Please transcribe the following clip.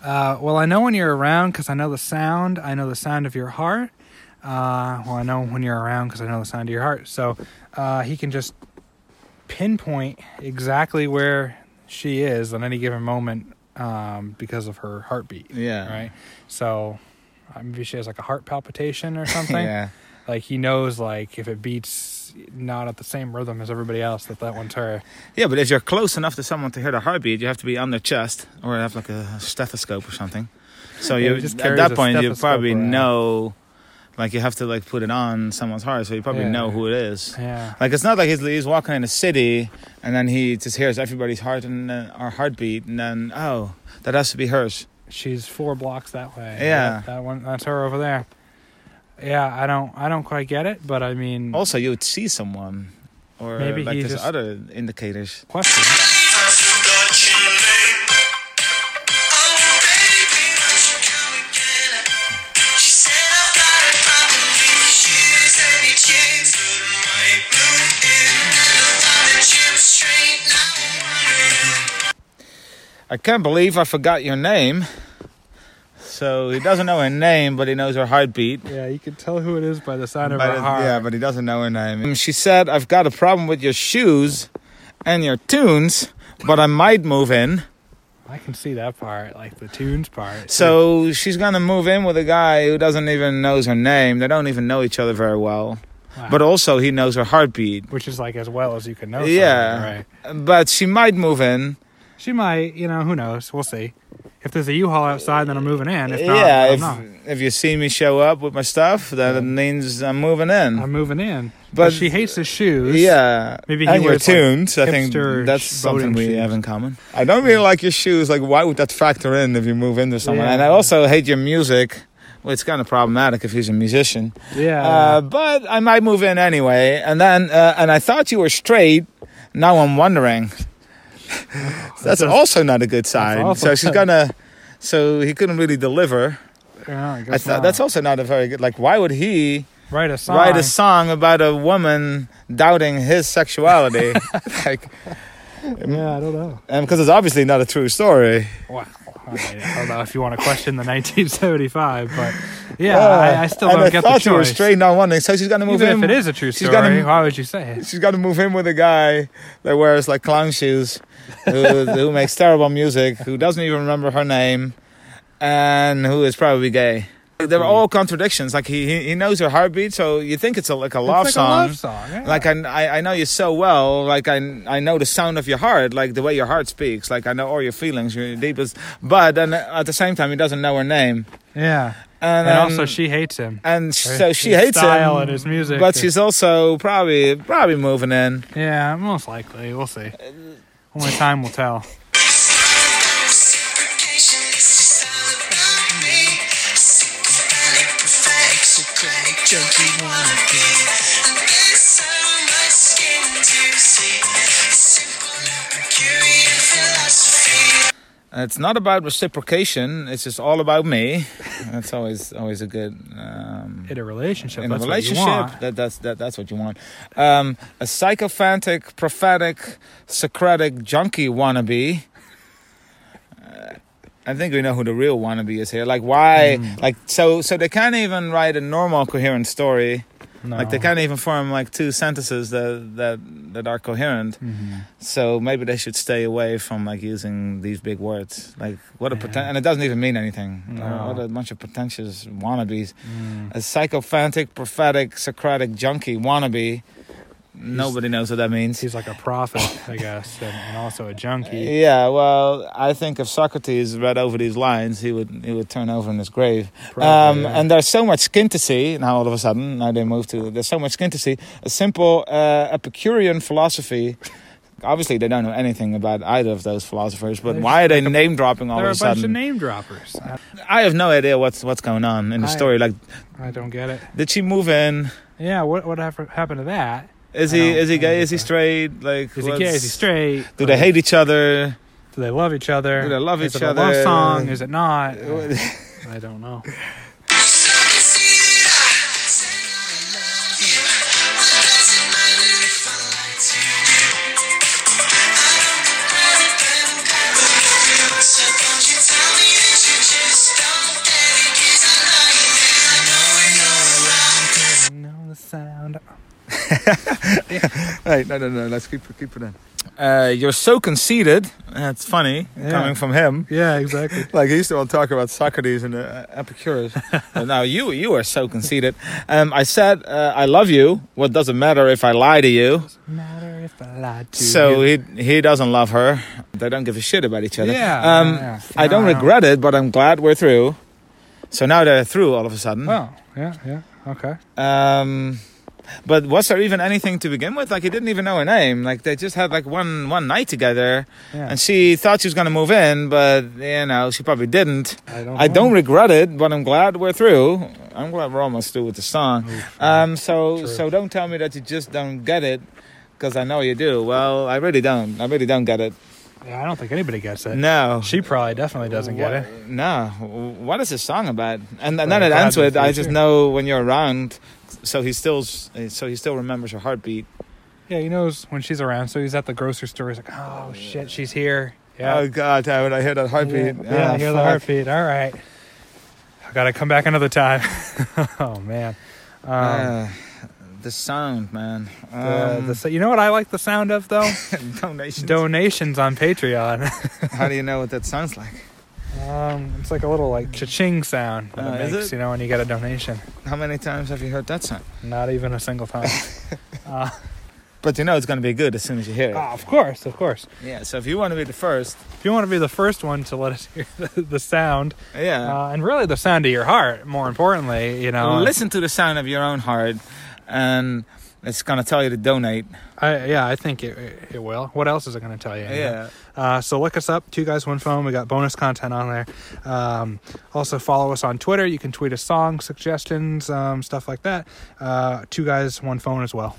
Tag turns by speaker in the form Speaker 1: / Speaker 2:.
Speaker 1: Uh, well, I know when you're around because I know the sound. I know the sound of your heart. Uh, well, I know when you're around because I know the sound of your heart. So uh, he can just pinpoint exactly where she is at any given moment um, because of her heartbeat.
Speaker 2: Yeah.
Speaker 1: Right. So uh, maybe she has like a heart palpitation or something.
Speaker 2: yeah.
Speaker 1: Like he knows like if it beats not at the same rhythm as everybody else that that one's her.
Speaker 2: Yeah, but if you're close enough to someone to hear their heartbeat, you have to be on their chest or have like a stethoscope or something. So
Speaker 1: Yeah,
Speaker 2: you
Speaker 1: he just
Speaker 2: at
Speaker 1: carries
Speaker 2: that
Speaker 1: a
Speaker 2: point you
Speaker 1: stethoscope
Speaker 2: probably
Speaker 1: around.
Speaker 2: know, like you have to like put it on someone's heart, so you probably
Speaker 1: Yeah.
Speaker 2: know who it is.
Speaker 1: Yeah.
Speaker 2: Like it's not like he's, he's walking in a city and then he just hears everybody's heart and uh, our heartbeat and then oh that has to be hers.
Speaker 1: she's four blocks that way.
Speaker 2: Yeah.
Speaker 1: That, that one that's her over there. Yeah, I don't I don't quite get it, but I mean
Speaker 2: Also, you would see someone, or
Speaker 1: Maybe
Speaker 2: like
Speaker 1: he
Speaker 2: there's
Speaker 1: just-
Speaker 2: other indicators.
Speaker 1: question.
Speaker 2: I can't believe I forgot your name. So he doesn't know her name, but he knows her heartbeat.
Speaker 1: Yeah, you can tell who it is by the sound of
Speaker 2: But
Speaker 1: her
Speaker 2: it-
Speaker 1: heart.
Speaker 2: Yeah, but he doesn't know her name. Um, She said, I've got a problem with your shoes and your tunes, but I might move in.
Speaker 1: I can see that part, like the tunes part.
Speaker 2: So she's gonna move in with a guy who doesn't even knows her name. They don't even know each other very well.
Speaker 1: Wow.
Speaker 2: But also he knows her heartbeat.
Speaker 1: which is like as well as you can know.
Speaker 2: Yeah.
Speaker 1: somebody, right.
Speaker 2: But she might move in.
Speaker 1: She might, you know, who knows? We'll see. If there's a U-Haul outside, then I'm moving in. If not,
Speaker 2: yeah,
Speaker 1: I'm
Speaker 2: if
Speaker 1: not.
Speaker 2: if you see me show up with my stuff, that means I'm moving in.
Speaker 1: I'm moving in. Um, But,
Speaker 2: But-
Speaker 1: she hates his shoes.
Speaker 2: Yeah,
Speaker 1: Maybe he
Speaker 2: and your
Speaker 1: wears, like,
Speaker 2: tunes. I think
Speaker 1: hipster
Speaker 2: that's
Speaker 1: sh- boating
Speaker 2: something we
Speaker 1: shoes.
Speaker 2: have in common. I don't really like your shoes. Like, why would that factor in if you move into someone? And I
Speaker 1: Yeah.
Speaker 2: also hate your music. Well, it's kind of problematic if he's a musician.
Speaker 1: Yeah.
Speaker 2: Uh, but I might move in anyway. And then, uh, and I thought you were straight. Now I'm wondering. that's also not a good sign.
Speaker 1: awful.
Speaker 2: So she's gonna. So he couldn't really deliver.
Speaker 1: yeah, I guess
Speaker 2: I thought
Speaker 1: not.
Speaker 2: that's also not a very good. Like, why would he?
Speaker 1: write a song.
Speaker 2: write a song about a woman doubting his sexuality like
Speaker 1: Yeah, I don't know.
Speaker 2: and because it's obviously not a true story
Speaker 1: Wow. I, mean, I don't know if you want to question the 1975, but yeah,
Speaker 2: Uh,
Speaker 1: I, I still
Speaker 2: and
Speaker 1: don't
Speaker 2: I
Speaker 1: get
Speaker 2: thought
Speaker 1: the
Speaker 2: you were
Speaker 1: choice.
Speaker 2: straight now wondering so she's gonna move
Speaker 1: Even
Speaker 2: in
Speaker 1: if it is a true
Speaker 2: she's
Speaker 1: story,
Speaker 2: gotta m-
Speaker 1: why would you say it?
Speaker 2: she's gonna move in with a guy that wears like clown shoes who, who makes terrible music who doesn't even remember her name and who is probably gay they're
Speaker 1: Hmm.
Speaker 2: all contradictions like he he, he knows her heartbeat so you think it's a, like a love
Speaker 1: it's like
Speaker 2: song
Speaker 1: a love song. yeah.
Speaker 2: Like I, I, I know you so well. Like I, I know the sound of your heart, like the way your heart speaks. Like I know all your feelings, your deepest. But then uh, at the same time, he doesn't know her name,
Speaker 1: yeah.
Speaker 2: and,
Speaker 1: And
Speaker 2: um,
Speaker 1: also, she hates him.
Speaker 2: and sh- so she
Speaker 1: his
Speaker 2: hates
Speaker 1: style
Speaker 2: him.
Speaker 1: and his music.
Speaker 2: But she's also probably probably moving in.
Speaker 1: yeah, most likely. We'll see. Only time will tell.
Speaker 2: And It's not about reciprocation. It's just all about me. That's always always a good. Um,
Speaker 1: In a relationship,
Speaker 2: in a
Speaker 1: that's
Speaker 2: relationship
Speaker 1: what you want.
Speaker 2: that that's that, that's what you want um a psychophantic prophetic socratic junkie wannabe Uh, I think we know who the real wannabe is here. Like why?
Speaker 1: Hmm.
Speaker 2: Like so? So they can't even write a normal, coherent story.
Speaker 1: No.
Speaker 2: Like they can't even form like two sentences that that that are coherent.
Speaker 1: Mhm.
Speaker 2: So maybe they should stay away from like using these big words. Like what a
Speaker 1: Yeah.
Speaker 2: pretend, and it doesn't even mean anything. Uh,
Speaker 1: No.
Speaker 2: What a bunch of pretentious wannabes
Speaker 1: Mm.
Speaker 2: a psychophantic, prophetic, Socratic junkie wannabe. Nobody knows what that means.
Speaker 1: He's like a prophet, I guess, and, and also a junkie.
Speaker 2: Yeah, well, I think if Socrates read over these lines, he would he would turn over in his grave.
Speaker 1: Probably,
Speaker 2: um,
Speaker 1: yeah.
Speaker 2: And there's so much skin to see now. All of a sudden, now they move to there's so much skin to see. A simple uh, Epicurean philosophy. Obviously, they don't know anything about either of those philosophers. But
Speaker 1: There's
Speaker 2: why are they name dropping all
Speaker 1: There are
Speaker 2: of
Speaker 1: a
Speaker 2: a
Speaker 1: bunch of
Speaker 2: sudden?
Speaker 1: name droppers. I,
Speaker 2: I have no idea what's what's going on in the
Speaker 1: I-
Speaker 2: story. Like,
Speaker 1: I don't get it.
Speaker 2: did she move in?
Speaker 1: Yeah, what what hap- happened to that?
Speaker 2: Is
Speaker 1: I
Speaker 2: he
Speaker 1: don't-
Speaker 2: is
Speaker 1: I
Speaker 2: he
Speaker 1: don't
Speaker 2: gay?
Speaker 1: get
Speaker 2: Is he
Speaker 1: that.
Speaker 2: straight? Like,
Speaker 1: Is he gay? Is he
Speaker 2: what's-
Speaker 1: straight?
Speaker 2: Do they hate each other?
Speaker 1: Do they love each other?
Speaker 2: Do they love
Speaker 1: Is
Speaker 2: each
Speaker 1: it a
Speaker 2: other?
Speaker 1: Love song? Is it not? I don't know.
Speaker 3: So don't you tell me that you just
Speaker 1: sound.
Speaker 2: Hey, no, no, no. Let's keep keep it in. Uh, you're so conceited. That's funny
Speaker 1: Yeah.
Speaker 2: coming from him.
Speaker 1: Yeah, exactly.
Speaker 2: Like he used to all talk about Socrates and uh, Epicurus. But now you you are so conceited. Um, I said uh, I love you. What doesn't matter if I lie to you.
Speaker 1: Doesn't matter if I lied to
Speaker 2: So
Speaker 1: you.
Speaker 2: he he doesn't love her. They don't give a shit about each other.
Speaker 1: Yeah,
Speaker 2: Um,
Speaker 1: yeah.
Speaker 2: I don't
Speaker 1: No, I don't.
Speaker 2: regret it, but I'm glad we're through. So now they're through all of a sudden.
Speaker 1: Oh, yeah, yeah. Okay.
Speaker 2: Um, but was there even anything to begin with? Like he didn't even know her name. Like they just had like one one night together,
Speaker 1: Yeah.
Speaker 2: and she thought she was gonna move in, but you know she probably didn't.
Speaker 1: I don't.
Speaker 2: I
Speaker 1: know.
Speaker 2: don't regret it, but I'm glad we're through. I'm glad we're almost through with the song.
Speaker 1: Oof,
Speaker 2: Um, so
Speaker 1: True.
Speaker 2: so don't tell me that you just don't get it, because I know you do. Well, I really don't. I really don't get it.
Speaker 1: yeah, I don't think anybody gets it.
Speaker 2: No.
Speaker 1: She probably definitely doesn't get it.
Speaker 2: No. What is this song about? And,
Speaker 1: Well,
Speaker 2: and then it
Speaker 1: glad
Speaker 2: ends
Speaker 1: we're
Speaker 2: with,
Speaker 1: through
Speaker 2: "I just
Speaker 1: too."
Speaker 2: know when you're around." So he still, s- so he still remembers her heartbeat.
Speaker 1: Yeah, he knows when she's around, so he's at the grocery store. He's like, "Oh shit, she's here." Yeah.
Speaker 2: Oh God, when I hear that heartbeat.
Speaker 1: Yeah, yeah,
Speaker 2: Ah,
Speaker 1: I hear the
Speaker 2: fuck.
Speaker 1: heartbeat. All right. I gotta come back another time. oh man. Um,
Speaker 2: Ah, the sound, man.
Speaker 1: the,
Speaker 2: Um,
Speaker 1: the, so- you know what I like the sound of though?
Speaker 2: donations.
Speaker 1: Donations on Patreon.
Speaker 2: How do you know what that sounds like?
Speaker 1: um, it's like a little like cha-ching sound that
Speaker 2: Oh,
Speaker 1: it
Speaker 2: is
Speaker 1: makes,
Speaker 2: it?
Speaker 1: you know, when you get a donation.
Speaker 2: How many times have you heard that sound?
Speaker 1: Not even a single time. uh,
Speaker 2: But you know it's gonna be good as soon as you hear it.
Speaker 1: ah, of course, of course.
Speaker 2: Yeah. So if you want to be the first,
Speaker 1: If you want to be the first one to let us hear the, the sound,
Speaker 2: yeah,
Speaker 1: uh, and really the sound of your heart, more importantly, you know.
Speaker 2: listen to the sound of your own heart, and it's gonna tell you to donate.
Speaker 1: I, yeah, I think it, it will. What else is it going to tell you? Uh, so look us up, two guys, one phone. We got bonus content on there. Um, also follow us on Twitter. You can tweet us song suggestions, um, stuff like that. Uh, two guys, one phone as well.